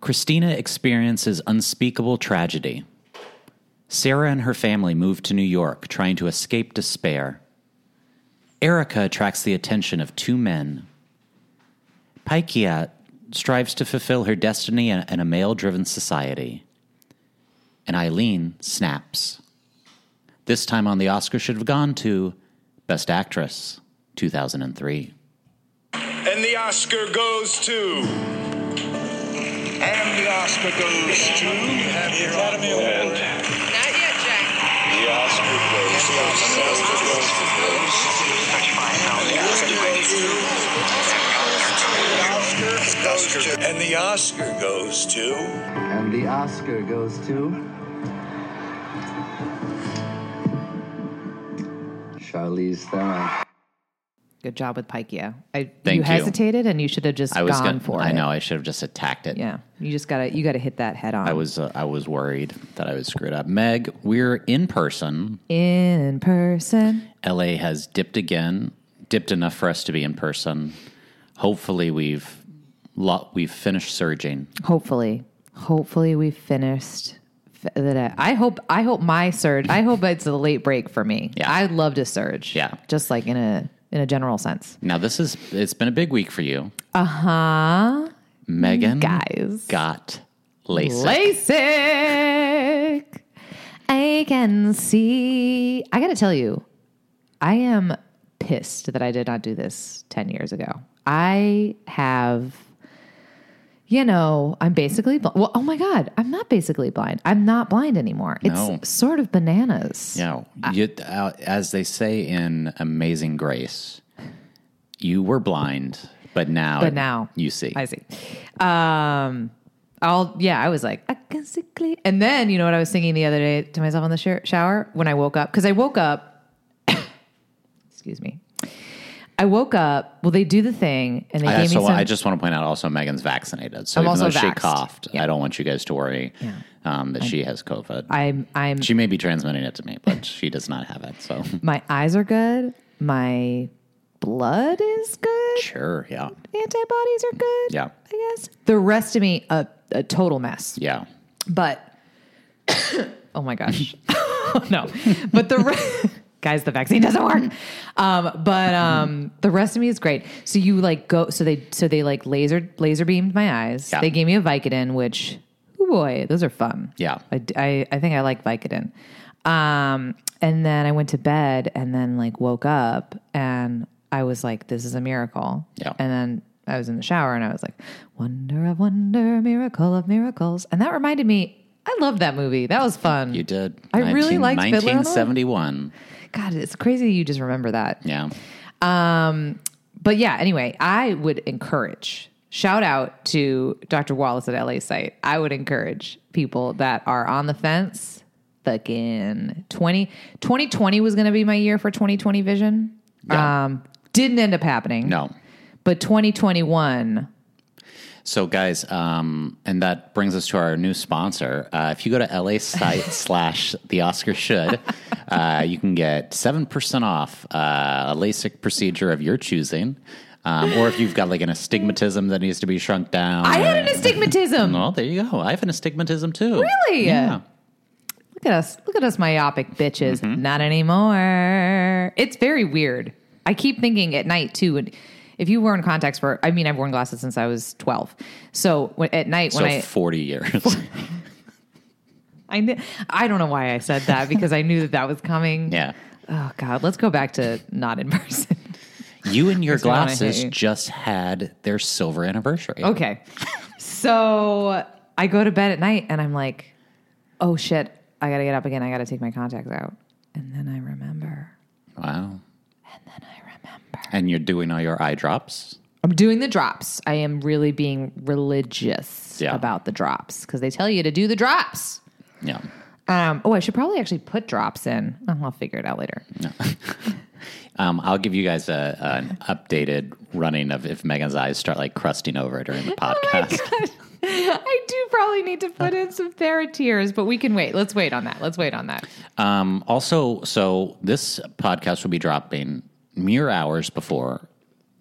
Christina experiences unspeakable tragedy. Sarah and her family move to New York, trying to escape despair. Erica attracts the attention of two men. Paikia strives to fulfill her destiny in, in a male driven society. And Eileen snaps. This time on the Oscar should have gone to Best Actress, 2003. And the Oscar goes to. And the Oscar goes to. the Academy Award. Not yet, Jack. The Oscar goes to. And the Oscar goes to. And the Oscar goes to. Charlize Theron. Good job with Pikea. I Thank you. you hesitated and you should have just I was gone gonna- for I it. know I should have just attacked it. Yeah. You just gotta you gotta hit that head on. I was uh, I was worried that I was screwed up. Meg, we're in person. in person. LA has dipped again, dipped enough for us to be in person. Hopefully, we've lo- we've finished surging. Hopefully. Hopefully we finished f- that I, I hope I hope my surge I hope it's a late break for me. Yeah. I'd love to surge. Yeah. Just like in a in a general sense. Now, this is it's been a big week for you. Uh-huh. Megan Guys. got LASIK. LASIK. I can see. I got to tell you, I am pissed that I did not do this 10 years ago. I have, you know, I'm basically, bl- well, oh my God, I'm not basically blind. I'm not blind anymore. No. It's sort of bananas. Yeah, you, uh, as they say in Amazing Grace, you were blind, but now But now you see. I see. Um, I'll yeah. I was like, I can see clear. And then you know what I was thinking the other day to myself on the sho- shower when I woke up because I woke up. excuse me. I woke up. Well, they do the thing, and they I, gave so me some. I just want to point out also Megan's vaccinated. So I'm even also though she vaxxed. coughed, Yeah. I don't want you guys to worry um, that she has COVID. I'm. I'm. she may be transmitting it to me, but she does not have it. So my eyes are good. My blood is good. sure, yeah, Antibodies are good. yeah, I guess the rest of me a a total mess. yeah. But oh my gosh, no! But the re- guys, the vaccine doesn't work. Um, but um, the rest of me is great. So you like go. So they so they like laser laser beamed my eyes. Yeah. They gave me a Vicodin, which oh boy, those are fun. Yeah. I d- I, I think I like Vicodin. Um, and then I went to bed and then like woke up and I was like, this is a miracle. Yeah. And then I was in the shower and I was like, wonder of wonder, miracle of miracles. And that reminded me, I loved that movie. That was fun. You did. I really liked Fiddler on the Roof. 1971. God, it's crazy you just remember that. Yeah, Um, but yeah, anyway, I would encourage, shout out to Dr. Wallace at LA site. I would encourage people that are on the fence, fucking 20, 2020 was going to be my year for 2020 vision. Yeah. Um, didn't end up happening. no. But 2021, So, guys, um, and that brings us to our new sponsor. Uh, if you go to LA site slash the Oscar should, uh, you can get 7% off uh, a LASIK procedure of your choosing. Um, or if you've got like an astigmatism that needs to be shrunk down. I had an astigmatism. Well, there you go. I have an astigmatism too. Really? Yeah. Look at us. Look at us myopic bitches. Mm-hmm. Not anymore. It's very weird. I keep thinking at night too. And if you wear in contacts for, I mean, I've worn glasses since I was 12. So when, at night So when I, 40 years. I, kn- I don't know why I said that because I knew that that was coming. yeah. Oh God, let's go back to not in person. You and your That's what I wanna Oh. glasses hit. just had their silver anniversary. Okay. So I go to bed at night and I'm like, oh shit, I got to get up again. I got to take my contacts out. And then I remember. Wow. And you're doing all your eye drops? I'm doing the drops. I am really being religious Yeah. about the drops because they tell you to do the drops. Yeah. Um, oh, I should probably actually put drops in. Oh, I'll figure it out later. Um, I'll give you guys a, an updated running of if Megan's eyes start like crusting over during the podcast. I do probably need to put in some Theratears, but we can wait. Let's wait on that. Let's wait on that. um, also, so this podcast will be dropping mere hours before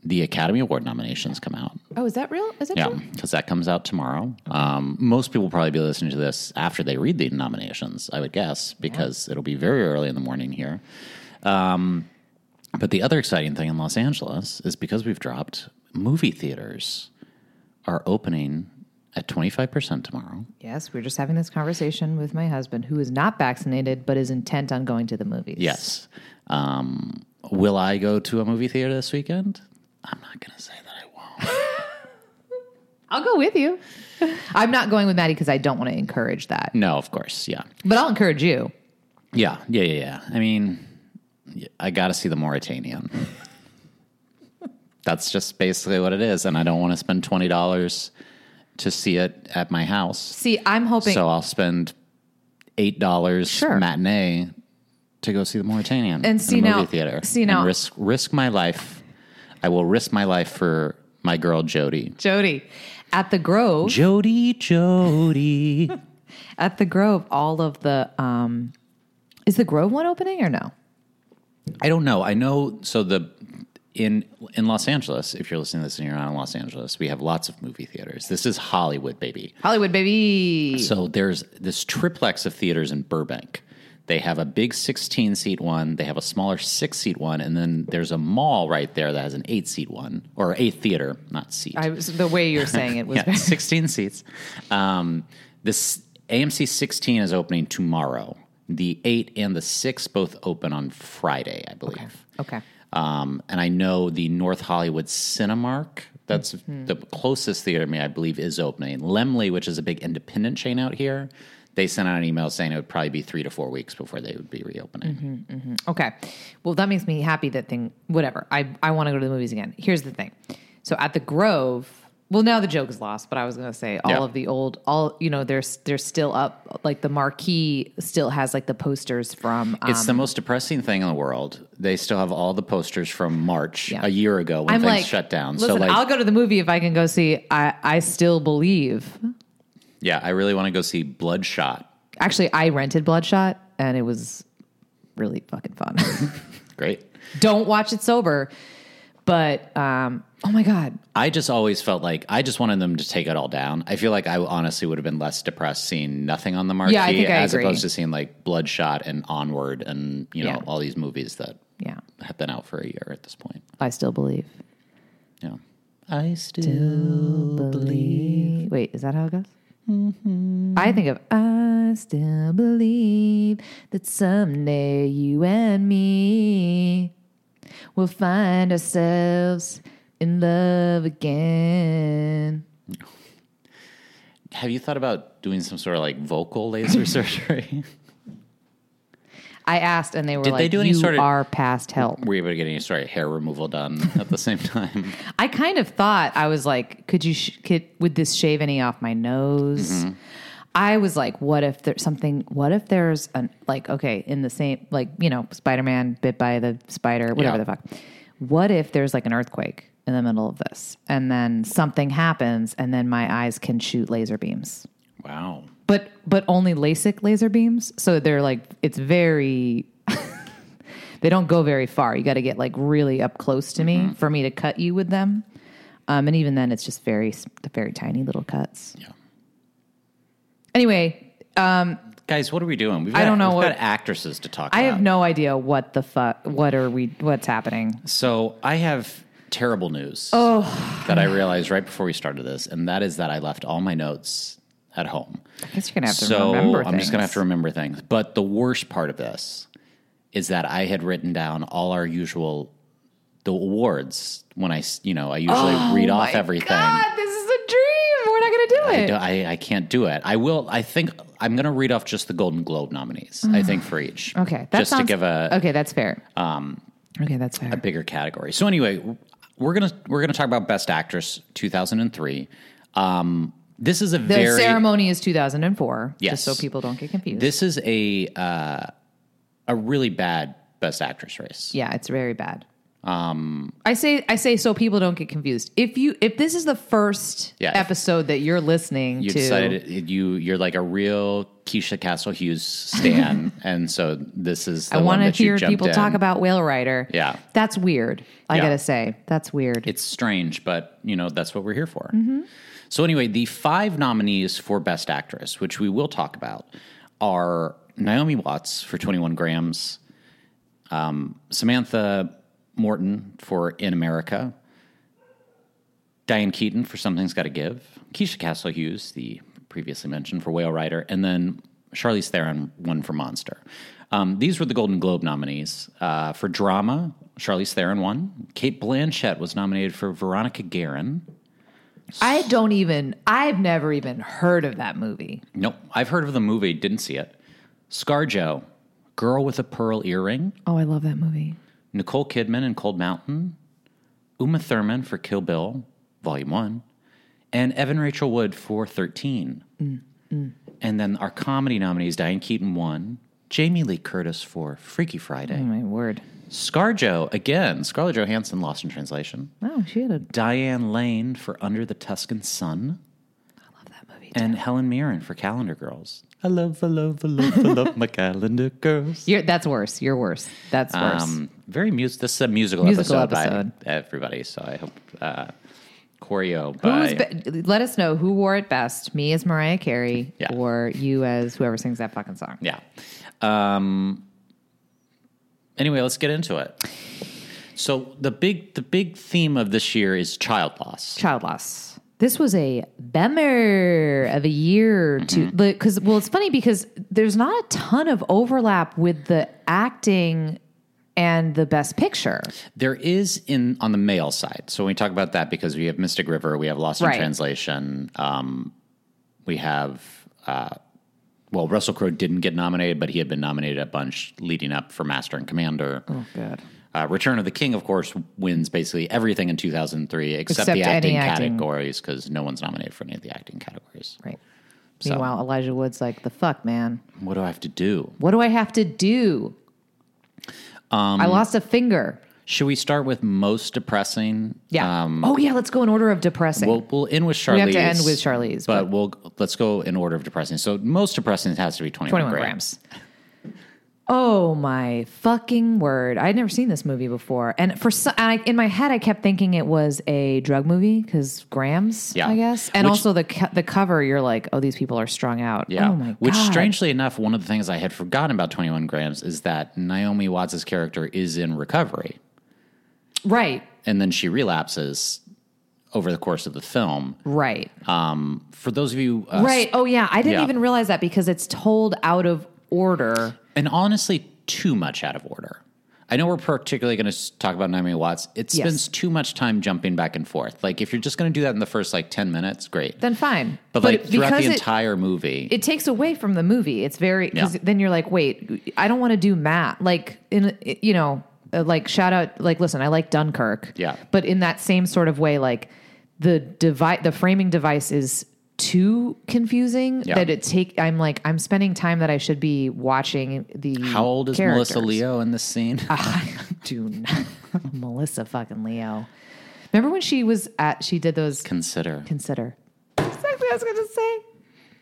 the Academy Award nominations come out. Oh, is that real? Is that Yeah, true? because that comes out tomorrow. Um, most people will probably be listening to this after they read the nominations, I would guess, because it'll be very early in the morning here. Um, but the other exciting thing in Los Angeles is because we've dropped movie theaters are opening at 25% tomorrow. Yes, we were just having this conversation with my husband, who is not vaccinated but is intent on going to the movies. Yes. Um, will I go to a movie theater this weekend? I'm not going to say that I won't. I'll go with you. I'm not going with Maddie because I don't want to encourage that, No, of course. Yeah. but I'll encourage you. Yeah, yeah, yeah, yeah. I mean, y- I got to see the Mauritanian. That's just basically what it is, and I don't want to spend twenty dollars to see it at my house. See, I'm hoping. So I'll spend eight dollars Sure. matinee to go see the Mauritanian in see a now- movie theater. see and now- risk risk my life. I will risk my life for my girl Jody. Jody, at the Grove, Jody, Jody. at the Grove, all of the um, is the Grove one opening or no? I don't know. I know. So the in in Los Angeles, if you're listening to this and you're not in Los Angeles, we have lots of movie theaters. This is Hollywood, baby. Hollywood, baby. So there's this triplex of theaters in Burbank. They have a big 16 seat one. They have a smaller six seat one, and then there's a mall right there that has an eight seat one or eight theater, not seat. I was, the way you're saying it was. yeah, 16 seats. Um, this AMC 16 is opening tomorrow. The eight and the six both open on Friday, I believe. okay. Um, and I know the North Hollywood Cinemark, that's Mm-hmm. the closest theater to me, I believe, is opening. Lemley, which is a big independent chain out here, they sent out an email saying it would probably be three to four weeks before they would be reopening. Mm-hmm. Okay. Well, that makes me happy that thing, whatever. I, I want to go to the movies again. Here's the thing. So at the Grove, well, now the joke is lost, but I was going to say all Yeah. of the old, all, you know, there's, they're still up. Like the marquee still has like the posters from, um, It's the most depressing thing in the world. They still have all the posters from March Yeah. a year ago when I'm things like, shut down. Listen, so like, I'll go to the movie if I can go see, I, I still believe. yeah, I really want to go see Bloodshot. Actually, I rented Bloodshot and it was really fucking fun. Great. Don't watch it sober, but, um, oh my God. I just always felt like I just wanted them to take it all down. I feel like I honestly would have been less depressed seeing nothing on the marquee Yeah, I think I as agree. opposed to seeing like Bloodshot and Onward and you know Yeah. all these movies that Yeah. have been out for a year at this point. I still believe. Yeah. I still believe. Wait, is that how it goes? I think of I still believe that someday you and me will find ourselves in love again. have you thought about doing some sort of like vocal laser surgery? I asked, and they were Did they like, do any "You sort of- are past help." Were you able to get any sort of hair removal done at the same time? I kind of thought I was like, could you sh- could would this shave any off my nose? I was like, what if there's something? What if there's an like okay in the same like you know Spider Man bit by the spider whatever Yeah. the fuck. What if there's like an earthquake in the middle of this, and then something happens, and then my eyes can shoot laser beams, Wow. but but only LASIK laser beams, so they're like it's very. they don't go very far. You got to get like really up close to Mm-hmm. me for me to cut you with them. Um, and even then, it's just very, s- very tiny little cuts. Yeah. Anyway, Guys, what are we doing? We've I got- don't know We've what- got actresses to talk. I about. have no idea what the fuck, what are we, what's happening. So I have terrible news. Oh. That I realized right before we started this, and that is that I left all my notes at home. I guess you're going to have to So remember I'm just going to have to things. remember things. But the worst part of this is that I had written down all our usual the awards when I s- you know I usually read off Oh My everything. God, this is a dream. We're not going to do I, it. don't- I, I can't do it. I will. I think I'm going to read off just the Golden Globe nominees. I think for each. Mm. okay. That just sounds, to give a okay, that's fair. Um, okay, that's fair. bigger category. So anyway, we're gonna we're gonna talk about Best Actress 2003. Um, this is a the very ceremony is 2004. Yes. Just so people don't get confused. this is a uh, a really bad Best Actress race. yeah, it's very bad. Um, I say I say so people don't get confused. If you if this is the first Yeah, if- episode that you're listening You to, decided it- you you're like a real Keisha Castle Hughes stan, and so this is the I one want to that you hear jumped people in. talk about Whale Rider. Yeah. that's weird. I Yeah. gotta say that's weird. It's strange, but you know that's what we're here for. So anyway, the five nominees for Best Actress, which we will talk about, are Naomi Watts for Twenty One Grams, um, Samantha Morton for In America, Diane Keaton for Something's Got to Give, Keisha Castle Hughes, the previously mentioned for Whale Rider, and then Charlize Theron won for Monster. Um, these were the Golden Globe nominees uh, for drama. Charlize Theron won. Kate Blanchett was nominated for Veronica Guerin. I don't even. I've never even heard of that movie. Nope, I've heard of the movie, didn't see it. ScarJo, Girl with a Pearl Earring. Oh, I love that movie. Nicole Kidman in Cold Mountain, Uma Thurman for Kill Bill, Volume 1, and Evan Rachel Wood for 13. And then our comedy nominees Diane Keaton won, Jamie Lee Curtis for Freaky Friday, Oh my word. ScarJo again, Scarlett Johansson lost in translation, Oh, she had a Diane Lane for Under the Tuscan Sun, love that movie. and Helen Mirren for Calendar Girls. I love, I love, I love, I love my calendar girls. You're, that's worse. You're worse. That's worse. Um, very music. This is a musical, Musical episode, episode. by everybody. So I hope uh, choreo Who was by be- let us know who wore it best, me as Mariah Carey Yeah. or you as whoever sings that fucking song. yeah. Um. Anyway, let's get into it. So the big the big theme of this year is child loss. Child loss. This was a bummer of a year to Mm-hmm. because well, it's funny because there's not a ton of overlap with the acting and the best picture. There is in on the male side. So when we talk about that, because we have Mystic River, we have Lost Right. in Translation, um, we have uh, well, Russell Crowe didn't get nominated, but he had been nominated a bunch leading up for Master and Commander. Oh, good. Uh, Return of the King, of course, wins basically everything in 2003 except, Except the acting any acting. categories because no one's nominated for any of the acting categories. Right. So- Meanwhile, Elijah Wood's like, the fuck, man. What do I have to do? What do I have to do? Um, I lost a finger. Should we start with most depressing? Um, Yeah. oh yeah, let's go in order of depressing. We'll, we'll end with Charlize. We have to end with Charlize, but, but- we'll let's go in order of depressing. So most depressing has to be 21, 21 grams. grams. Oh my fucking word. I'd never seen this movie before. And for so, and I, in my head I kept thinking it was a drug movie cuz grams, Yeah. I guess. And Which- also the co- the cover you're like, "Oh, these people are strung out." Yeah. Oh my god. Which, strangely enough, one of the things I had forgotten about 21 grams is that Naomi Watts' character is in recovery. Right. and then she relapses over the course of the film. Right. Um, for those of you, uh, right. Oh yeah, I didn't yeah. even realize that because it's told out of order. and honestly, too much out of order. I know we're particularly going to talk about Naomi Watts. It Yes. spends too much time jumping back and forth. Like if you're just going to do that in the first like ten minutes, great. Then fine. but, like throughout the it- entire movie, it takes away from the movie. It's very because Yeah. then you're like, wait, I don't want to do math. Like in you know, uh, like shout out, like listen, I like Dunkirk. Yeah. but in that same sort of way, like the device, the framing device is too confusing Yeah. that it take. I'm like, I'm spending time that I should be watching the. how old is Melissa characters. Uh, Leo in this scene? Do not, Melissa fucking Leo. Remember when she was at? She did those Consider, consider. Exactly what I was going to say.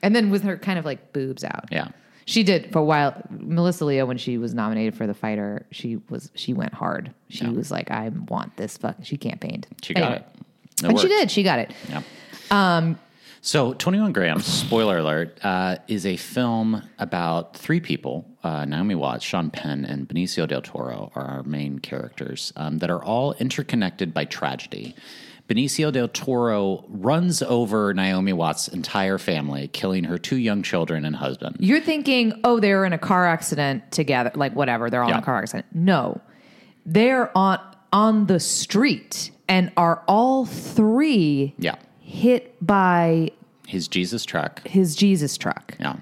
And then with her kind of like boobs out. yeah, She did for a while. Melissa Leo, when she was nominated for the fighter, she was she went hard. She was like, "I want this fucking." She campaigned. she got Anyway. it. No and she words. did. She got it. Yeah. Um, so, 21 Grams, spoiler alert, uh, is a film about three people uh, Naomi Watts, Sean Penn, and Benicio del Toro are our main characters um, that are all interconnected by tragedy. Benicio del Toro runs over Naomi Watts' entire family, killing her two young children and husband. You're thinking, "Oh, they were in a car accident together, like whatever. They're all in Yeah. a car accident." No, they're on on the street and are all three Yeah. hit by His Jesus truck. his Jesus truck. Yeah.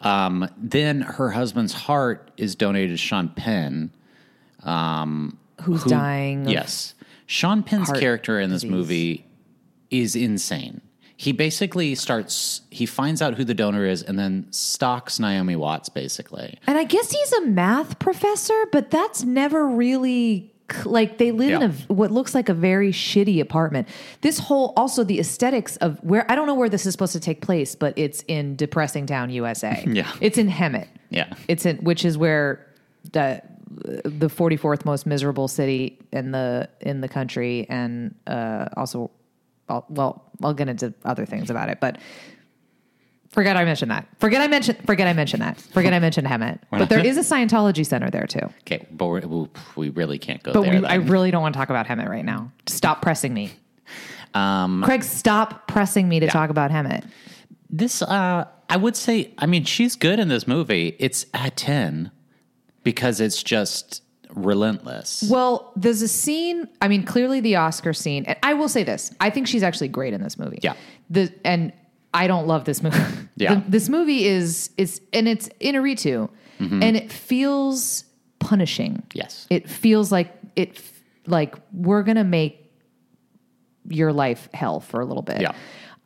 Um, then her husband's heart is donated to Sean Penn. Who's who- dying? of- Yes. Sean Penn's heart character in this disease. movie is insane. He basically starts, he finds out who the donor is and then stalks Naomi Watts, basically. And I guess he's a math professor, but that's never really c- like they live in Yeah. a v- what looks like a very shitty apartment. This whole also the aesthetics of where I don't know where this is supposed to take place, but it's in depressing town, USA. Yeah. it's in Hemet. Yeah. it's in which is where the the forty fourth most miserable city in the in the country, and uh, also, I'll, well, I'll get into other things about it, but. Forget I mentioned that. Forget I mentioned. Forget I mentioned that. Forget I mentioned Hemet. But there is a Scientology center there too. Okay, but we're, we- we really can't go But there. we, then. I really don't want to talk about Hemet right now. Stop pressing me. Craig, stop pressing me to talk about Hemet. this, uh, I would say, I mean, she's good in this movie. It's a 10 because it's just relentless. Well, there's a scene. I mean, clearly the Oscar scene. And I will say this: I think she's actually great in this movie. Yeah. The and I don't love this movie. Yeah. The- this movie is is and it's in a redo, Mm-hmm. and it feels punishing. Yes. It feels like it f- like we're gonna make your life hell for a little bit. Yeah.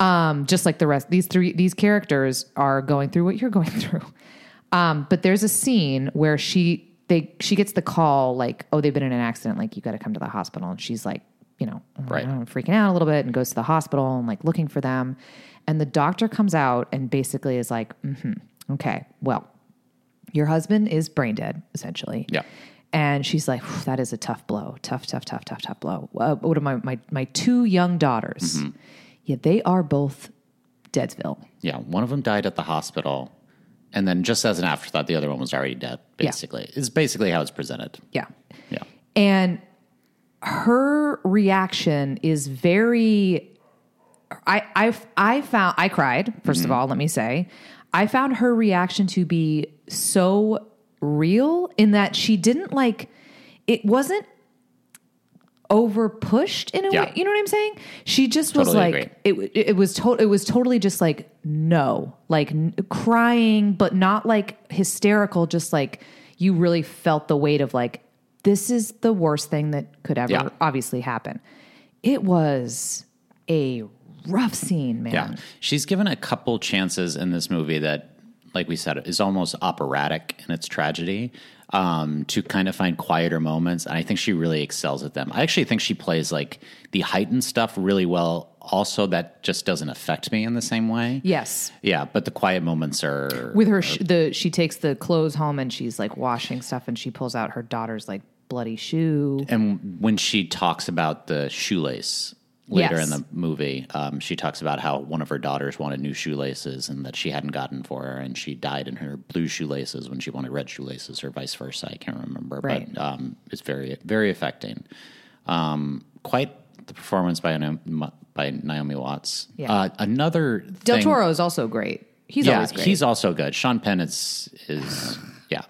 Um, just like the rest, these three these characters are going through what you're going through. Um, but there's a scene where she they she gets the call like, oh, they've been in an accident, like you got to come to the hospital, and she's like, you know, oh my Right. God, I'm freaking out a little bit, and goes to the hospital and like looking for them, and the doctor comes out and basically is like, hmm okay, well, your husband is brain dead essentially. Yeah. And she's like, "Whew, that is a tough blow. Tough, tough, tough, tough, tough blow. Uh, what are my, my, my two young daughters? Mm-hmm. Yeah, they are both Deadsville. Yeah, one of them died at the hospital, and then just as an afterthought, the other one was already dead. Yeah. Basically, is basically how it's presented. Yeah. Yeah, And her reaction is very, I, I, I found, I cried, 1st Mm-hmm. of all, let me say. I found her reaction to be so real in that she didn't like, it wasn't over pushed in a Yeah. way. You know what I'm saying? She just was Totally like, it, it, it was to, it was totally just like, no, like n- crying, but not like hysterical. Just like you really felt the weight of like, this is the worst thing that could ever Yeah. obviously happen. It was a rough scene, man. yeah. She's given a couple chances in this movie that, like we said, is almost operatic in its tragedy. Um, to kind of find quieter moments, and I think she really excels at them. I actually think she plays like the heightened stuff really well. Also, that just doesn't affect me in the same way. Yes. Yeah, but the quiet moments are With her, sh- the she takes the clothes home and she's like washing stuff and she pulls out her daughter's like bloody shoe. And when she talks about the shoelace later Yes. in the movie, um, she talks about how one of her daughters wanted new shoelaces and that she hadn't gotten for her, and she died in her blue shoelaces when she wanted red shoelaces, or vice versa. I can't remember, Right. but um, it's very, very affecting. Um, quite the performance by Naomi, by Naomi Watts. Yeah. Uh, another Del thing- Toro is also great. He's yeah, always great. he's also good. Sean Penn is is yeah.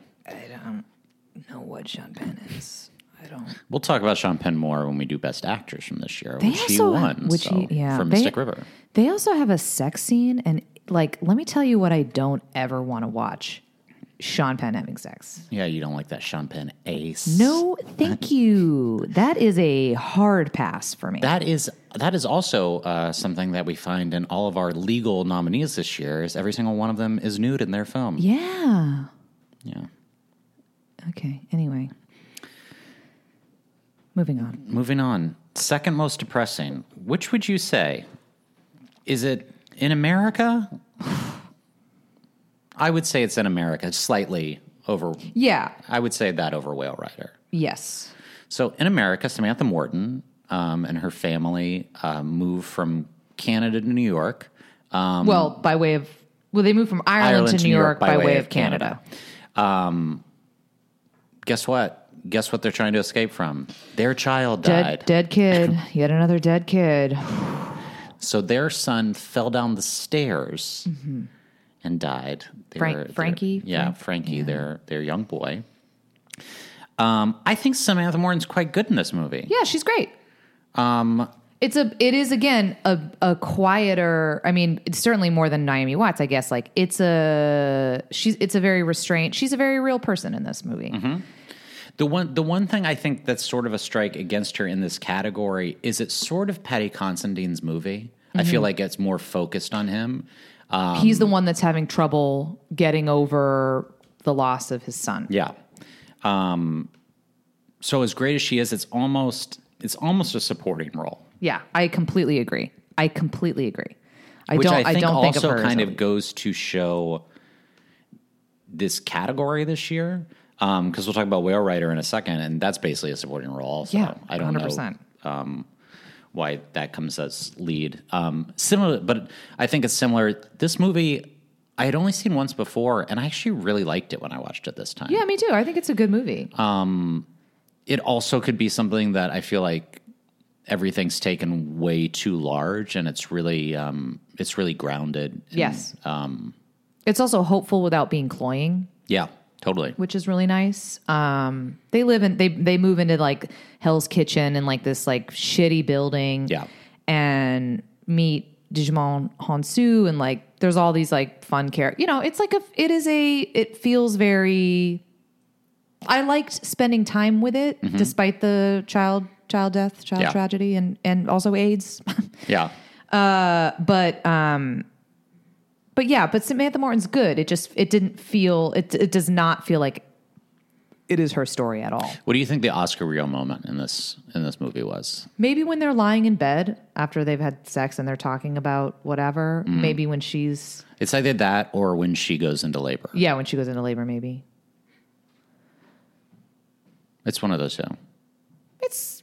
know what Sean Penn is. I don't. We'll talk about Sean Penn more when we do Best Actors from this year, which he also- won. which so, he- yeah, for they- Mystic River. They also have a sex scene, and like, let me tell you what I don't ever want to watch: Sean Penn having sex. Yeah, you don't like that Sean Penn ace. No, thank you. That is a hard pass for me. That is that is also uh, something that we find in all of our legal nominees this year. Is every single one of them is nude in their film? yeah. Yeah. Okay. Anyway, moving on. Moving on. Second most depressing. Which would you say? Is it in America? I would say it's in America, slightly over. Yeah. I would say that over Whale Rider. Yes. So in America, Samantha Morton um, and her family uh, moved from Canada to New York. well, by way of well, they moved from Um, Ireland, to New York, by, way, of Canada. Guess what? Guess what they're trying to escape from? Their child died. Dead, dead kid. Yet another dead kid. So their son fell down the stairs and died. They Mm-hmm. Frank- were- they were- Frankie? yeah, Frank- Frankie, their their young boy. Um, I think Samantha Morton's quite good in this movie. Yeah, she's great. Um, it's a it is again a a quieter. I mean, it's certainly more than Naomi Watts. I guess like it's a she's it's a very restrained. She's a very real person in this movie. Mm-hmm. The one the one thing I think that's sort of a strike against her in this category is it's sort of Patty Constantine's movie. I Mm-hmm. feel like it's more focused on him. He's the one that's having trouble getting over the loss of his son. Yeah. Um, So as great as she is, it's almost it's almost a supporting role, Yeah, I completely agree. I completely agree. I which don't. I think don't also think of her as kind a of goes to show this category this year. Because we'll talk about Whale Rider in a second, and that's basically a supporting role. Also, Yeah, I don't know 100%. why that comes as lead. Um, similar, but I think it's similar. This movie I had only seen once before, and I actually really liked it when I watched it this time. Yeah, me too. I think it's a good movie. Um, it also could be something that I feel like everything's taken way too large, and it's really um, it's really grounded. And- yes. Um, it's also hopeful without being cloying, yeah, totally. which is really nice. Um, they live in they they move into like Hell's Kitchen and like this like shitty building. Yeah. And meet Digimon Hansu and like there's all these like fun characters. You know, it's like a it is a it feels very. I liked spending time with it despite the child child death, child Mm-hmm. Yeah. tragedy, and and also AIDS. Yeah, but um but yeah but samantha morton's good it just it didn't feel it it does not feel like it is her story at all what do you think the Oscar real moment in this in this movie was? maybe when they're lying in bed after they've had sex and they're talking about whatever maybe when she's It's either that or when she goes into labor. yeah when she goes into labor maybe It's one of those two. it's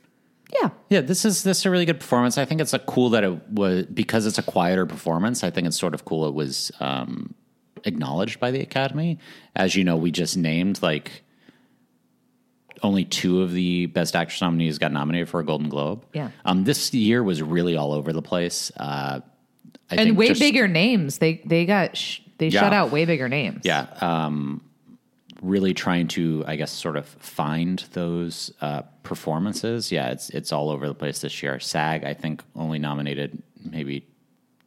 yeah Yeah, this is this is a really good performance. I think it's a cool that it was because it's a quieter performance. I think it's sort of cool it was um, acknowledged by the Academy. As you know, we just named like only two of the Best Actress nominees got nominated for a Golden Globe. Yeah. um, this year was really all over the place. Uh, I and think way just- bigger names they they got sh- they Yeah. shut out way bigger names Yeah, um, really trying to, I guess, sort of find those uh, performances. Yeah, it's it's all over the place this year. SAG, I think, only nominated maybe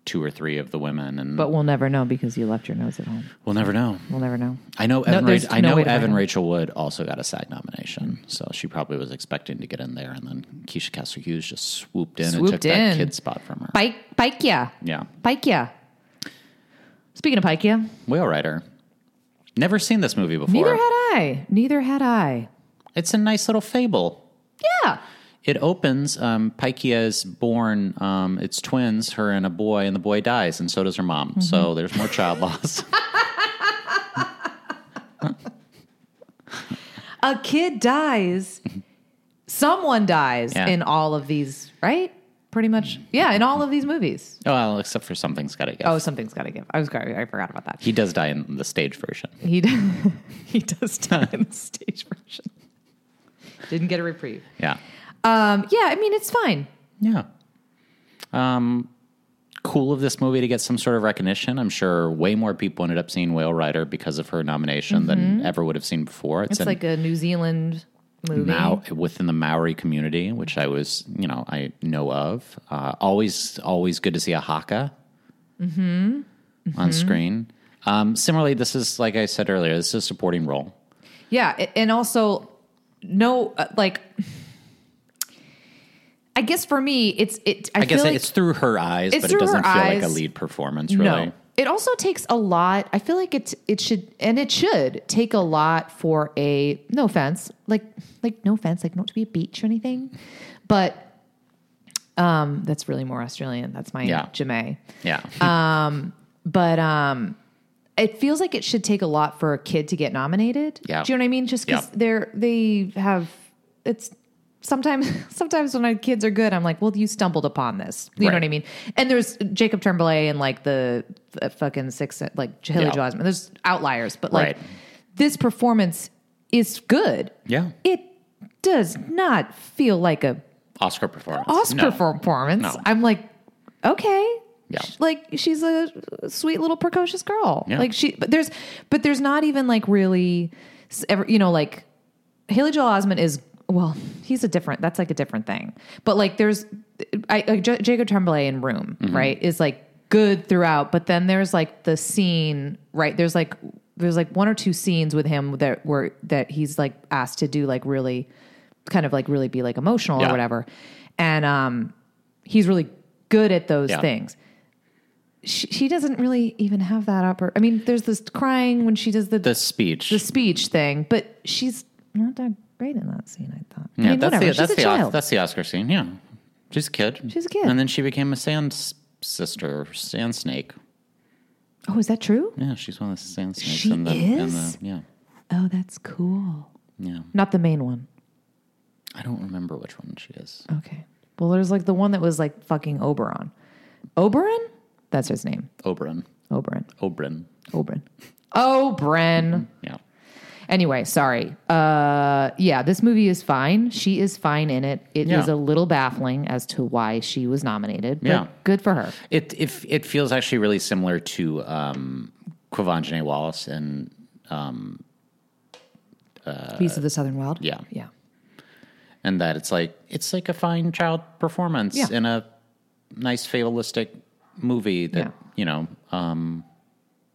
two or three of the women, and but we'll never know because you left your notes at home we'll never know. we'll never know I know Evan. there's Ra- I no know way to Evan find out. Rachel Wood also got a SAG nomination, so she probably was expecting to get in there, and then Keisha Castro Hughes just swooped in and Swooped took in. that kid spot from her. pike pike yeah Yeah, pike yeah speaking of pike yeah Whale Rider. Never seen this movie before. Neither had I. Neither had I. it's a nice little fable. Yeah. It opens. Um, Paikia is born. Um, it's twins, her and a boy, and the boy dies, and so does her mom. Mm-hmm. So there's more child loss. A kid dies. Someone dies Yeah. in all of these, right? Pretty much. Yeah, in all of these movies. well, except for something's got to go. Oh, something's got to give. I was sorry. I forgot about that. He does die in the stage version. He d- he does die in the stage version. Didn't get a reprieve. Yeah, Um, yeah, I mean it's fine. yeah. Um, cool of this movie to get some sort of recognition. I'm sure way more people ended up seeing Whale Rider because of her nomination than ever would have seen before. Mm-hmm. It's an- like a New Zealand movie. Mau- within the Maori community, which I was, you know, I know of. Uh, always, always good to see a haka Mm-hmm. on screen. Um, similarly, this is like I said earlier, this is a supporting role. Yeah, a- and also no uh, like I guess for me it's it I, I, guess feel like it's through her eyes, It's but it through her doesn't feel like a eyes. lead performance, really. No. It also takes a lot. I feel like it's it should and it should take a lot for a no offense, like like no offense, like not to be a beach or anything, but um that's really more Australian. That's my Yeah. Jamaican. Yeah, Uh, But um it feels like it should take a lot for a kid to get nominated. Yeah. Do you know what I mean? Just because Yeah. they're they have it's sometimes sometimes when our kids are good, I'm like, well, you stumbled upon this. You know Right. what I mean? And there's Jacob Tremblay and like the, the fucking six like Hilly Yeah. Jasmine. There's outliers, but Right. like this performance is good. yeah. It does not feel like a Oscar performance. No. Oscar performance. No. I'm like, okay. Yeah. Sh- Like she's a sweet little precocious girl. Yeah. Like she, but there's, but there's not even like really, s- ever, you know, like Haley Joel Osment is, well, he's a different, that's like a different thing. But like there's, I, I, J- Jacob Tremblay in Room, Mm-hmm. right, is like good throughout. But then there's like the scene, right? There's like, there's like one or two scenes with him that were, that he's like asked to do like really, kind of like really be like emotional Yeah. or whatever. And, um, he's really good at those Yeah. things. She, she doesn't really even have that upper. I mean, there's this crying when she does the The the, speech. speech thing, but she's not that great in that scene. I thought. I Yeah, mean, that's whatever. the that's She's the a Os- child. that's the Oscar scene. Yeah, she's a kid. She's a kid. and then she became a sand s- sister, sand snake. oh, is that true? Yeah, she's one of the sand snakes. She in the, In the, is? yeah, Oh, that's cool. yeah. Not the main one. I don't remember which one she is. Okay. Well, there's like the one that was like fucking Oberon. Oberon? That's his name. Oberon. Oberon. Oberon. Oberon. Oberon. Yeah. Anyway, sorry. Uh, yeah, this movie is fine. She is fine in it. It is Yeah. a little baffling as to why she was nominated, but Yeah. good for her. It if it feels actually really similar to um, Quavanjane Wallace and Beast of the Southern Wild. yeah. Yeah. and that it's like it's like a fine child performance Yeah. in a nice fatalistic movie that Yeah. you know. Um,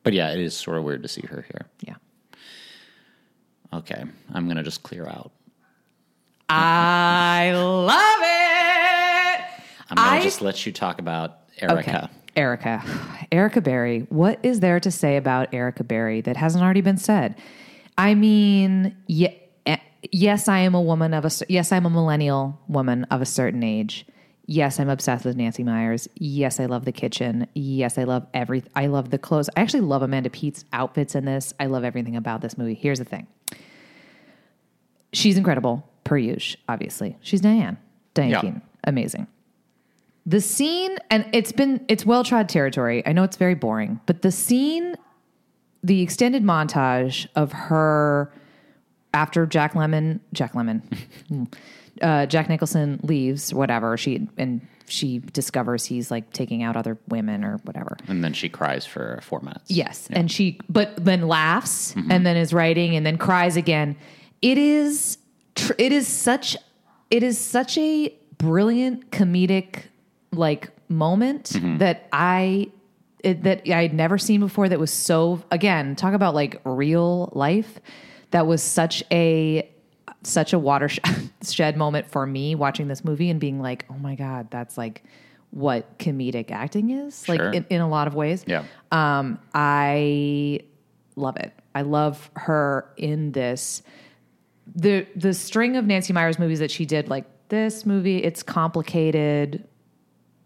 but yeah, it is sort of weird to see her here. Yeah. Okay, I'm gonna just clear out. I love it. I'm gonna I- just let you talk about Erica. Okay. Erica. Erica Berry. What is there to say about Erica Berry that hasn't already been said? I mean, ye- eh, yes, I am a woman of a cer- yes, I'm a millennial woman of a certain age. Yes, I'm obsessed with Nancy Myers. Yes, I love the kitchen. Yes, I love every I love the clothes. I actually love Amanda Pete's outfits in this. I love everything about this movie. Here's the thing. She's incredible, per usual, obviously. She's Diane. Diane Yeah. Keaton. Amazing. The scene, and it's been it's well trod territory. I know it's very boring, but the scene, the extended montage of her after Jack Lemon, Jack Lemon, uh, Jack Nicholson leaves, whatever she and she discovers he's like taking out other women or whatever. And then she cries for four minutes. Yes. And she, but then laughs Mm-hmm. and then is writing and then cries again. It is, tr- it is such, it is such a brilliant comedic like moment Mm-hmm. that I, it, that I had never seen before that was so, again, talk about like real life. That was such a, such a watershed moment for me watching this movie and being like, oh my God, that's like what comedic acting is, Sure. like in, in a lot of ways. Yeah. Um, I love it. I love her in this. The the string of Nancy Myers movies that she did, like this movie, it's complicated.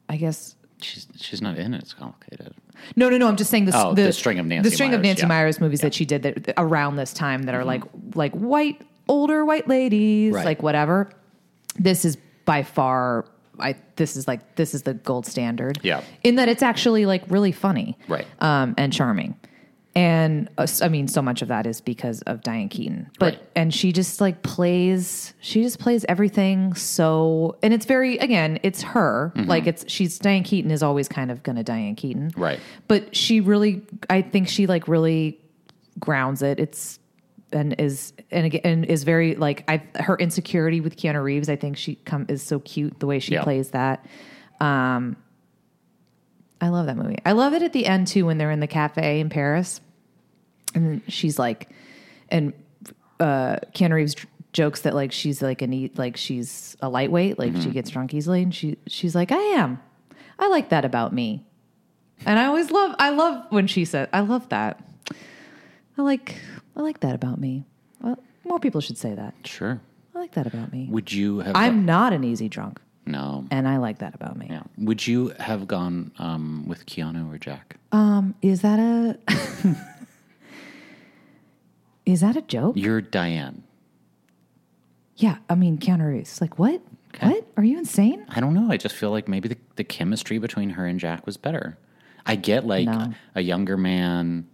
I guess She's she's not in it. It's complicated. no, no, no. I'm just saying this, Oh, the string of Nancy the string of Myers, Nancy yeah. Mm-hmm. Myers movies that she did that, that around this time that are like like white older white ladies, Right. like whatever. This is by far. I this is like this is the gold standard. Yeah. in that it's actually like really funny, Right. Um, and charming, and uh, s- I mean, so much of that is because of Diane Keaton, but Right. and she just like plays. She just plays everything so, and it's very again, it's her. Mm-hmm. Like it's she's Diane Keaton is always kind of gonna Diane Keaton, Right. but she really i think she like really grounds it it's and is and again and is very like i her insecurity with keanu reeves i think she come is so cute the way she Yeah. plays that um i love that movie i love it at the end too when they're in the cafe in paris and she's like and uh keanu reeves j- jokes that like she's like a neat like she's a lightweight like she gets drunk easily and she she's like i am i like that about me and I always love I love when she said I love that. I like I like that about me. Well, more people should say that. Sure. I like that about me. Would you have? I'm not an easy drunk, no. and I like that about me. Yeah. Would you have gone um, with Keanu or Jack? Um, is that a Is that a joke? You're Diane. Yeah, I mean Keanu Reeves. Like what? What? Are you insane? I don't know. I just feel like maybe the, the chemistry between her and Jack was better. I get like No. a, younger man,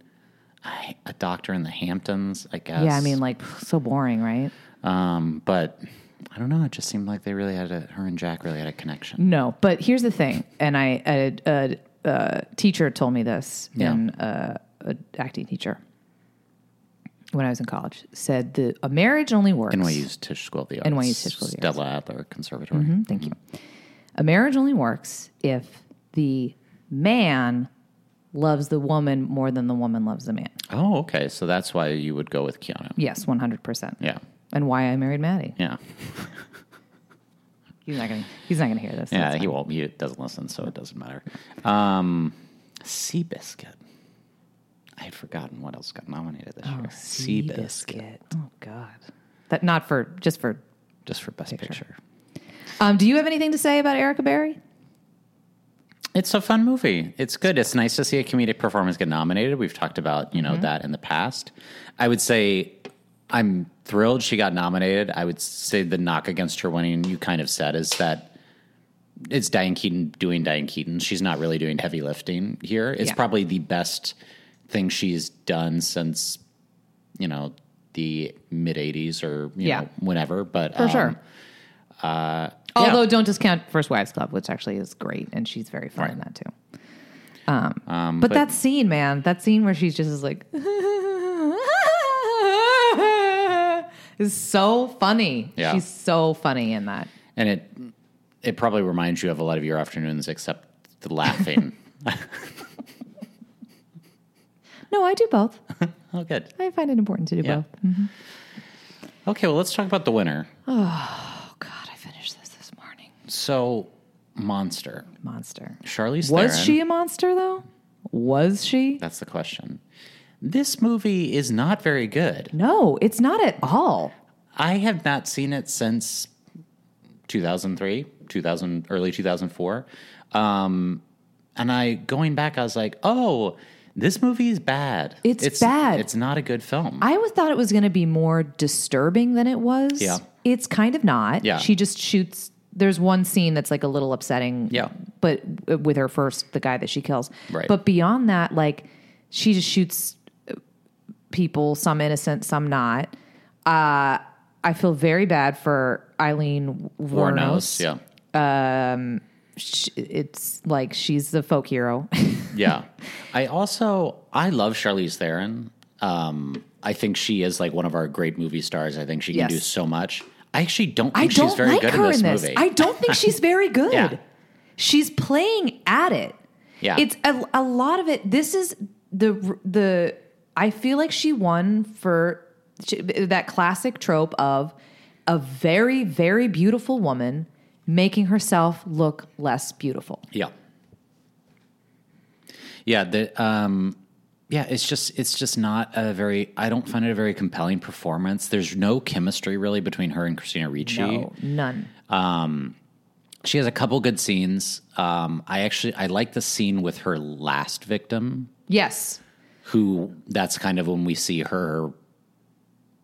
I, a doctor in the Hamptons, I guess. Yeah, I mean like so boring, right? um, but I don't know. It just seemed like they really had a her and Jack really had a connection. No, but here's the thing, and I a, a, a teacher told me this, Yeah. and uh, a acting teacher when I was in college said the a marriage only works. NYU's Tisch School of the Arts. NYU's Tisch School of the Arts. Mm-hmm. Stella Adler Conservatory. Thank you. A marriage only works if the man loves the woman more than the woman loves the man. Oh, okay. So that's why you would go with Keanu. Yes, one hundred percent. Yeah. And why I married Maddie. Yeah. He's not gonna. He's not gonna hear this. Yeah, That's he fine. won't. He doesn't listen, so it doesn't matter. Um, Seabiscuit. I had forgotten what else got nominated this year. Seabiscuit. Oh God. That not for just for. just for Best Picture. Um, do you have anything to say about Erica Berry? It's a fun movie. It's good. It's nice to see a comedic performance get nominated. We've talked about you know Mm-hmm. that in the past. I would say I'm thrilled she got nominated. I would say the knock against her winning, you kind of said, is that it's Diane Keaton doing Diane Keaton. She's not really doing heavy lifting here. It's Yeah. probably the best thing she's done since you know the mid '80s or you Yeah. know whenever. But For um, sure. yeah. Although don't discount First Wives Club, which actually is great, and she's very fun in Right. that too. Um, but, but- that scene, man, that scene where she's just is like, is so funny. Yeah. She's so funny in that. And it it probably reminds you of a lot of your afternoons, except the laughing. No, I do both. oh, good. I find it important to do Yeah. both. Mm. Okay, well, let's talk about the winner. Oh God, I finished this this morning. So, Monster. Monster. Charlize Was Theron. she a monster though? Was she? That's the question. This movie is not very good. No, it's not at all. I have not seen it since 2003, 2000, early 2004. Um, and I, going back, I was like, oh, this movie is bad. It's bad. It's not a good film. I always thought it was going to be more disturbing than it was. Yeah. It's kind of not. Yeah. She just shoots. There's one scene that's like a little upsetting. Yeah. But uh, with her first, the guy that she kills. Right. But beyond that, like she just shoots uh, people, some innocent, some not. Uh, I feel very bad for Eileen Warnos. Warnos. Yeah. Sh- It's like she's the folk hero. Yeah. I also I love Charlize Theron. Um, I think she is like one of our great movie stars. I think she can Yes. do so much. I actually don't I think don't she's very like good her in this, in this. movie. I don't think she's very good. Yeah. She's playing at it. Yeah. It's a, a lot of it. This is the the I feel like she won for she, that classic trope of a very very beautiful woman making herself look less beautiful. yeah. Yeah, the um yeah, it's just it's just not a very I don't find it a very compelling performance. There's no chemistry really between her and Christina Ricci. No, Oh, none. She has a couple good scenes. Um I actually I like the scene with her last victim Yes. who that's kind of when we see her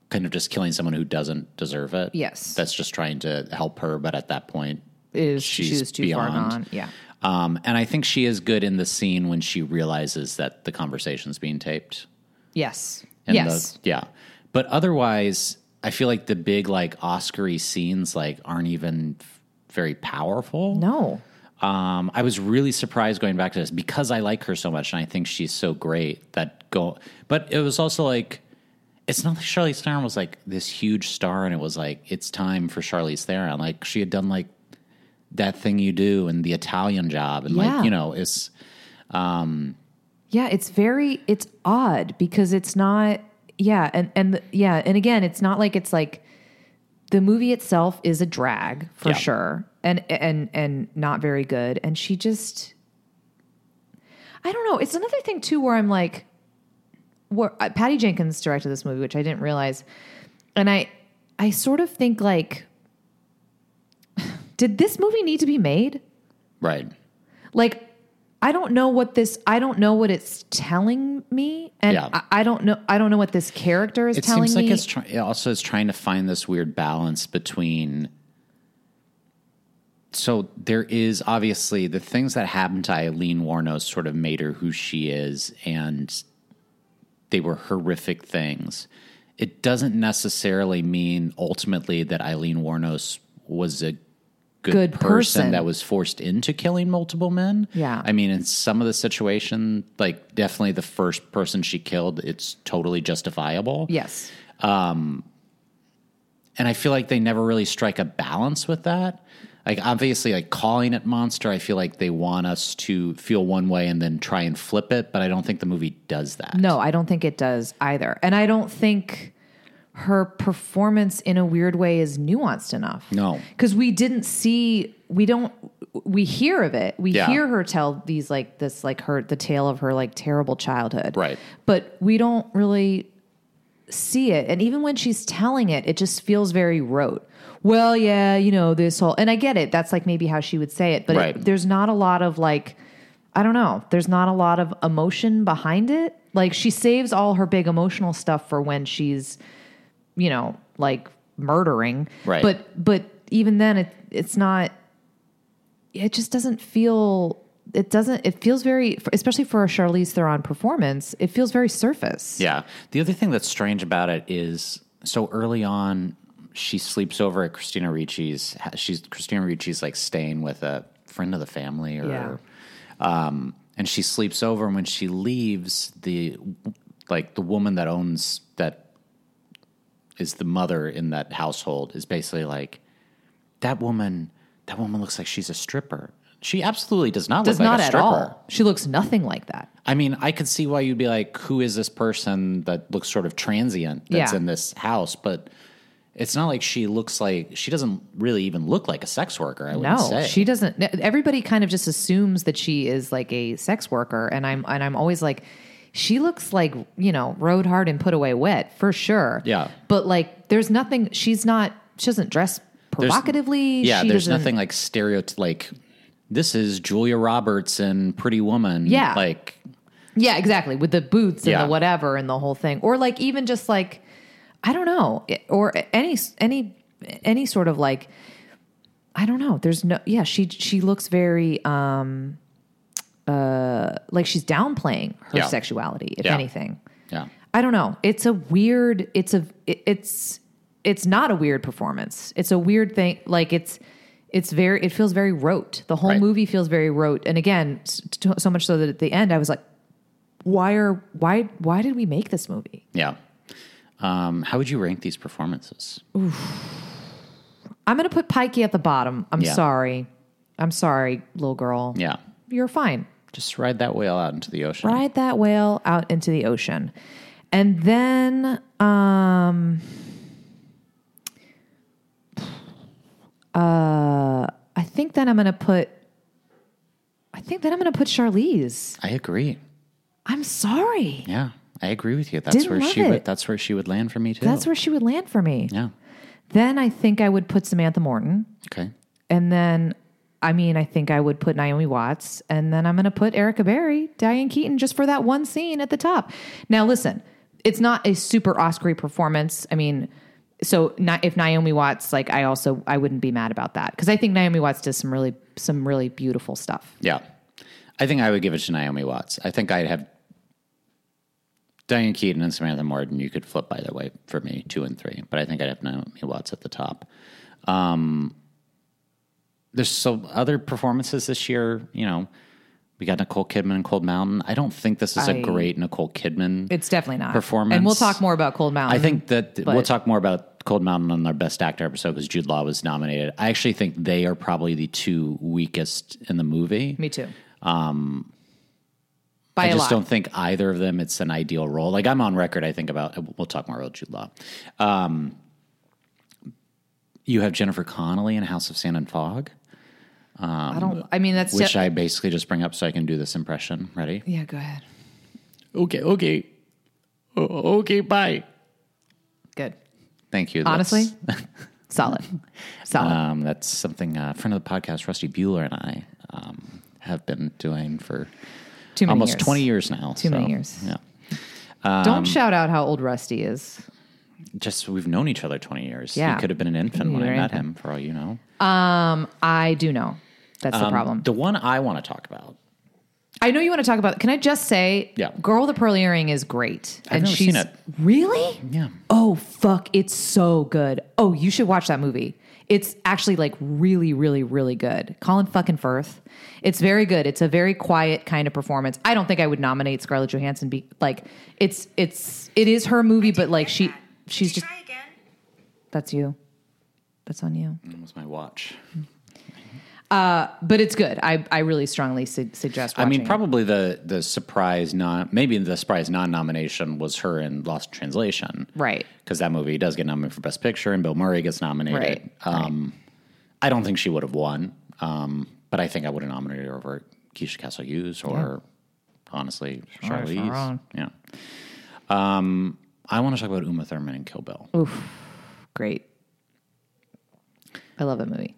kind of just killing someone who doesn't deserve it. Yes. That's just trying to help her, but at that point Is She's she's too far beyond. gone. Yeah. um and I think she is good in the scene when she realizes that the conversation's being taped. Yes. And yes. the, yeah. But otherwise, I feel like the big like Oscary scenes like aren't even f- very powerful. no. Um, I was really surprised going back to this because I like her so much and I think she's so great that go. But it was also like, it's not like Charlize Theron was like this huge star and it was like it's time for Charlize Theron. Like she had done like that thing you do and the Italian job and Yeah. like you know it's Yeah, it's very it's odd because it's not yeah, and and the, yeah, and again, it's not like it's like the movie itself is a drag for Yeah. sure and and and not very good and she just I don't know, it's another thing too where I'm like where uh, Patty Jenkins directed this movie which I didn't realize and I I sort of think like did this movie need to be made? right. like i don't know what this i don't know what it's telling me and Yeah. I, I don't know i don't know what this character is It telling seems like me it's try- it also is trying to find this weird balance between. So there is obviously the things that happened to Eileen Warnos sort of made her who she is, and they were horrific things. It doesn't necessarily mean ultimately that Eileen Warnos was a good, Good person. that was forced into killing multiple men. Yeah. I mean, in some of the situation, like definitely the first person she killed, it's totally justifiable. yes And I feel like they never really strike a balance with that. Like obviously like calling it monster, I feel like they want us to feel one way and then try and flip it, but I don't think the movie does that. no i don't think it does either and i don't think her performance in a weird way is nuanced enough No. because we didn't see we don't we hear of it we Yeah. hear her tell these like this like her the tale of her like terrible childhood Right. but we don't really see it. And even when she's telling it, it just feels very rote. Well, yeah, you know, this whole, and I get it. That's like maybe how she would say it, but it- Right. there's not a lot of like, I don't know, there's not a lot of emotion behind it. Like she saves all her big emotional stuff for when she's, you know, like murdering. Right. But, but even then, it, it's not, it just doesn't feel, it doesn't, it feels very, especially for a Charlize Theron performance, it feels very surface. Yeah. The other thing that's strange about it is so early on, she sleeps over at Christina Ricci's. She's Christina Ricci's like staying with a friend of the family, or Yeah. um, and she sleeps over. And when she leaves, the like the woman that owns that is the mother in that household is basically like that woman. That woman looks like she's a stripper. She absolutely does not does look not like a at stripper. all. She looks nothing like that. I mean, I could see why you'd be like, who is this person that looks sort of transient that's Yeah. in this house? But it's not like she looks like she doesn't really even look like a sex worker, I would No, say. she doesn't. Everybody kind of just assumes that she is like a sex worker, and I'm and I'm always like, she looks like you know, rode hard and put away wet for sure. Yeah. but like, there's nothing. She's not. She doesn't dress provocatively. Yeah, she there's doesn't- nothing like stereotype like this is Julia Roberts and Pretty Woman. Yeah. Like Yeah, exactly. With the boots and Yeah. the whatever and the whole thing, or like even just like I don't know, it- or any any any sort of like I don't know. There's no yeah. She she looks very um uh like she's downplaying her Yeah. sexuality, if Yeah. anything. Yeah. I don't know. It's a weird. It's a. it- It's. It's not a weird performance. It's a weird thing. Like it's. It's very. It feels very rote. The whole Right. movie feels very rote. And again, s- t- so much so that at the end, I was like, "Why are why why did we make this movie?" Yeah. Um, how would you rank these performances? I'm gonna put Pikey at the bottom. I'm Yeah. sorry. I'm sorry, little girl. Yeah. You're fine. Just ride that whale out into the ocean. Ride that whale out into the ocean, and then um. uh, I think then I'm going to put. I think then I'm going to put Charlize. I agree. I'm sorry. Yeah. I agree with you. That's Didn't where love she would it. that's where she would land for me too. That's where she would land for me. Yeah. Then I think I would put Samantha Morton. Okay. And then, I mean, I think I would put Naomi Watts. And then I'm going to put Erica Berry, Diane Keaton, just for that one scene at the top. Now, listen, it's not a super Oscar performance. I mean, so not, if Naomi Watts, like I also I wouldn't be mad about that because I think Naomi Watts does some really some really beautiful stuff. Yeah. I think I would give it to Naomi Watts. I think I'd have Diane Keaton and Samantha Morton. You could flip either way for me, two and three, but I think I'd have Naomi Watts at the top. Um, there's some other performances this year. You know, we got Nicole Kidman in Cold Mountain. I don't think this is a I- great Nicole Kidman. It's definitely not Performance. and we'll talk more about Cold Mountain. I think that but- we'll talk more about Cold Mountain on our Best Actor episode because Jude Law was nominated. I actually think they are probably the two weakest in the movie. me too. Um, by I a just lot. don't think either of them it's an ideal role. Like I'm on record, I think about. We'll talk more about Jude Law. Um, you have Jennifer Connelly in House of Sand and Fog, I don't. I mean, that's which de- I basically just bring up so I can do this impression. Ready? yeah. Go ahead. Okay, okay, O- okay. Bye. Good. Thank you. Honestly, that's, solid, solid. um, that's something a friend of the podcast, Rusty Bueller, and I um, have been doing for Too many almost years. 20 years now. Too many years. Yeah, Um, Don't shout out how old Rusty is. just we've known each other 20 years. Yeah. he could have been an infant when You I were met infant. him, for all you know. I do know. That's Um, the problem. The one I want to talk about. I know you want to talk about. Can I just say, Yeah. Girl with the Pearl Earring is great. I've never seen it. Really? Yeah. Oh, fuck. It's so good. Oh, you should watch that movie. It's actually like really, really, really good. Colin fucking Firth. It's very good. It's a very quiet kind of performance. I don't think I would nominate Scarlett Johansson. Be like, it's it's it is her movie, but like she she's just Try again. that's you. That's on you. It was my watch. But it's good. I I really strongly su- suggest. I Watching mean, it. probably the the surprise non maybe the surprise non nomination was her in Lost in Translation, Right. Because that movie does get nominated for Best Picture, and Bill Murray gets nominated. Right, Um, I don't think she would have won, um, but I think I would have nominated her over Keisha Castle Hughes or honestly Sure, Charlize. Sharon. Yeah. Um, I want to talk about Uma Thurman and Kill Bill. Great. I love that movie.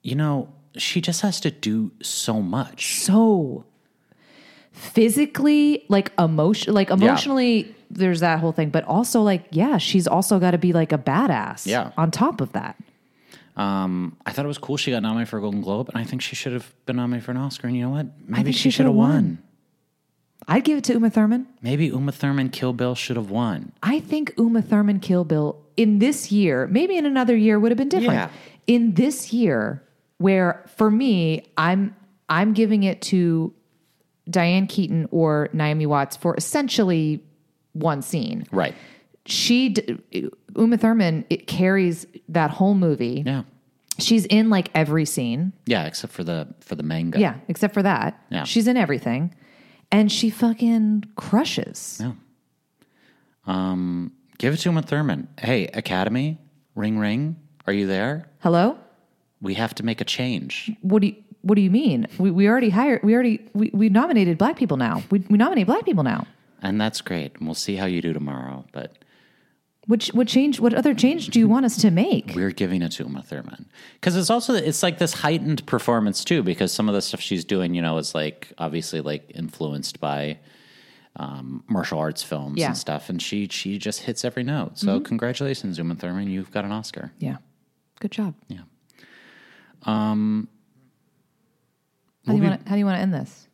You know, she just has to do so much. So physically, like emotion, like emotionally, there's that whole thing, but also like, yeah, she's also got to be like a badass. Yeah. On top of that, I thought it was cool she got nominated for a Golden Globe, and I think she should have been nominated for an Oscar. And you know what? Maybe think she, she should have should've won. won. I'd give it to Uma Thurman. Maybe Uma Thurman Kill Bill should have won. I think Uma Thurman Kill Bill in this year, maybe in another year would have been different. Yeah. In this year, where for me, I'm I'm giving it to Diane Keaton or Naomi Watts for essentially one scene. Right. She d- Uma Thurman it carries that whole movie. Yeah. She's in like every scene. Yeah, except for the for the manga. Yeah, except for that. Yeah. She's in everything. And she fucking crushes. Give it to Uma Thurman. Hey, Academy, ring ring. Are you there? Hello? We have to make a change. what do you, what do you mean? We, we already hired, we already, we, we nominated black people now. We, we nominate black people now. And that's great. And we'll see how you do tomorrow. But What, ch- what change, what other change do you want us to make? we're giving it to Uma Thurman because it's also it's like this heightened performance too because some of the stuff she's doing you know is like obviously like influenced by um, martial arts films Yeah. Mm-hmm. and stuff and she she just hits every note so congratulations Uma Thurman you've got an Oscar Yeah. Good job. Yeah. Um, how, do you wanna, how do you want to end this?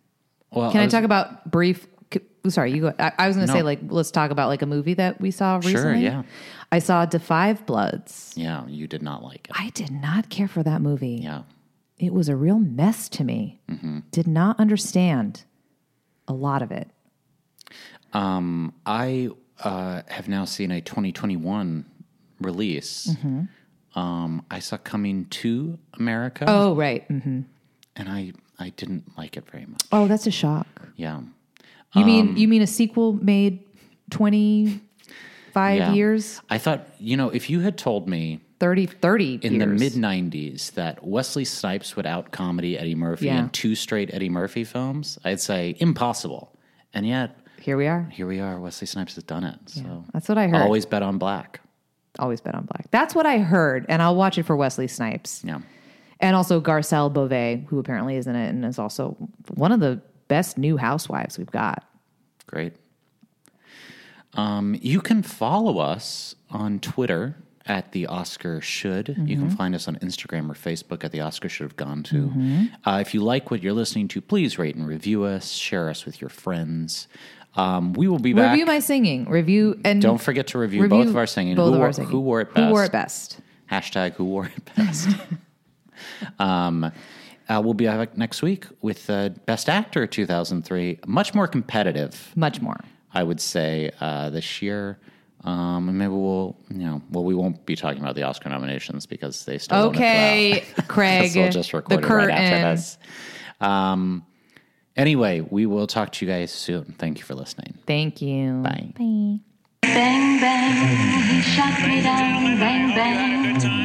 well Can I, Oh, was- talk about brief? c- Sorry, you go. I, I was going to No. say, like, let's talk about like a movie that we saw recently. yeah. I saw Defy Bloods. yeah you did not like it I did not care for that movie. yeah Mm-hmm. It was a real mess to me. Did not understand a lot of it. I uh, have now seen a 2021 release um, I saw Coming to America Mm-hmm. Oh, right. Mm-hmm. hmm and I I didn't like it very much Oh, that's a shock. yeah. You Um, mean you mean a sequel made twenty five Yeah. years, I thought, you know, if you had told me 30, 30 in the years. mid 90s that Wesley Snipes would out comedy Eddie Murphy Yeah. in two straight Eddie Murphy films, I'd say impossible. And yet, Here we are. here we are. Wesley Snipes has done it. So That's what I heard. Always, always bet on black. always bet on black. That's what I heard, and I'll watch it for Wesley Snipes Yeah. and also Garcelle Beauvais, who apparently is in it and is also one of the best new housewives we've got. Great. Um, you can follow us on Twitter at the Oscar Should. You Mm-hmm. can find us on Instagram or Facebook at the Oscar Should Have Gone To. Mm-hmm. Uh, if you like what you're listening to, please rate and review us. Share us with your friends. Um, we will be back. Review my singing. Review and Don't forget to review, both of our singing. Both who, of wore, our singing. who wore it best? Who wore it best? Hashtag who wore it best. um, uh, we'll be back next week with uh, Best Actor 2003. Much more competitive. Much more. I would say uh, this year. Um, and maybe we'll, you know, well, we won't be talking about the Oscar nominations because they still won't have come Okay, out. Craig. so we'll just record the it right curtain. after this. Um, anyway, we will talk to you guys soon. Thank you for listening. Thank you. Bye. Bye. Bang, bang, he shot me down, bang, bang.